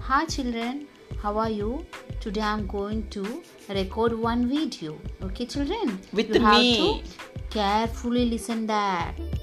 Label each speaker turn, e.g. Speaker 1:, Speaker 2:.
Speaker 1: Hi children, how are you? Today I'm going to record one video. Okay children?
Speaker 2: With
Speaker 1: you have
Speaker 2: me.
Speaker 1: to carefully listen that.